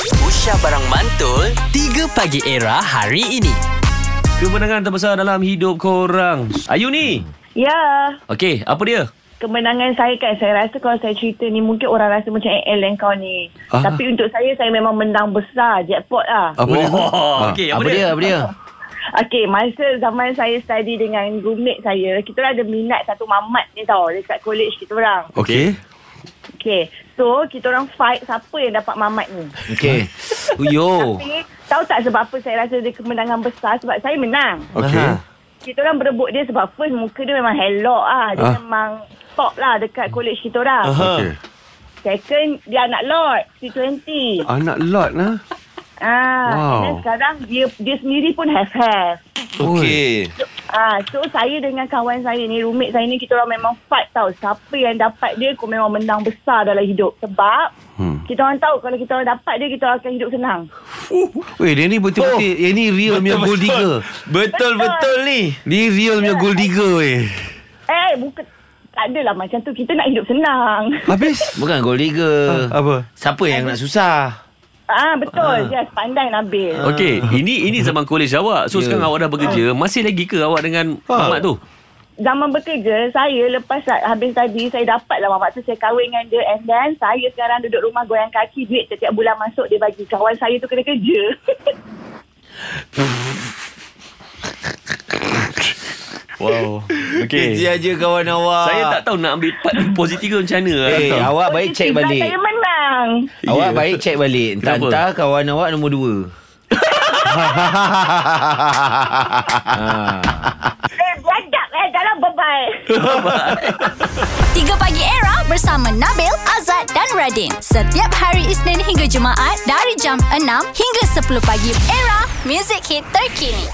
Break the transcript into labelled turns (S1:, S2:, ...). S1: Syah Barang Mantul 3 Pagi Era hari ini
S2: Kemenangan terbesar dalam hidup korang Ayu ni
S3: Ya,
S2: Okey, apa dia?
S3: kemenangan saya kan saya rasa kalau saya cerita ni mungkin orang rasa macam eh Ellen kau ni.
S4: Ah.
S3: Tapi untuk saya saya memang mendang besar jackpot lah.
S4: Apa dia?
S2: Wah,
S4: Ha,
S2: okey, apa
S4: apa
S2: dia?
S4: dia? Apa dia?
S3: Okey, masa zaman saya study dengan roommate saya, kita orang ada minat satu mamat ni tau dekat college kita orang.
S4: Okey.
S3: Okey. So, kita orang fight siapa yang dapat mamat ni.
S4: Okey.
S2: Uyo
S3: Tapi tahu tak sebab apa saya rasa dia kemenangan besar sebab saya menang.
S4: Okey.
S3: Kita orang berebut dia sebab first muka dia memang helok ah. Dia
S4: Ah.
S3: memang top lah dekat college kita orang.
S4: Okey.
S3: Second, dia anak lot, C20.
S4: Anak lot lah.
S3: Ah,
S4: Wow.
S3: wow. Dan sekarang dia dia sendiri pun have have.
S4: Okey.
S3: Ah, so saya dengan kawan saya ni, roommate saya ni kita orang memang fight tau. Siapa yang dapat dia, aku memang menang besar dalam hidup. Sebab
S4: Hmm.
S3: kita orang tahu kalau kita orang dapat dia, kita orang akan hidup senang.
S4: Weh, dia ni betul-betul. Yang ni real punya gold digger.
S2: Betul-betul ni
S4: Ni real punya gold digger weh.
S3: Eh, bukan tak adalah macam tu. Kita nak hidup senang.
S4: Habis?
S2: Bukan gold
S4: Ha.
S2: digger
S4: Apa?
S2: Siapa yang nak susah?
S3: Ah, betul. Yes, pandai Nabil.
S2: Ah.
S4: Ah.
S2: Okey, ini ini zaman kolej awak. So yeah. sekarang awak dah bekerja, masih lagi ke awak dengan
S4: Ha.
S2: mamat tu?
S3: zaman bekerja saya lepas sa- habis tadi saya dapatlah mamak tu saya kahwin dengan dia and then saya sekarang duduk rumah goyang kaki duit setiap bulan masuk dia bagi kawan saya tu kena kerja
S2: Wow. Okey.
S5: Kerja aja kawan awak.
S2: Saya
S4: Ah.
S2: tak tahu nak ambil part positif ke macam mana.
S5: Eh,
S2: Tak tahu.
S5: awak baik
S3: Positif
S5: check
S3: lah,
S5: balik.
S3: saya menang
S5: Awak baik check balik. Tak
S2: Kenapa?
S5: hantar kawan awak nombor dua.
S4: Ha.
S3: eh jajak eh dalam bebai
S6: 3 Pagi Era bersama Nabil, Azad dan Radin. Setiap hari Isnin hingga Jumaat dari jam 6 hingga 10 pagi. Era, music hit terkini.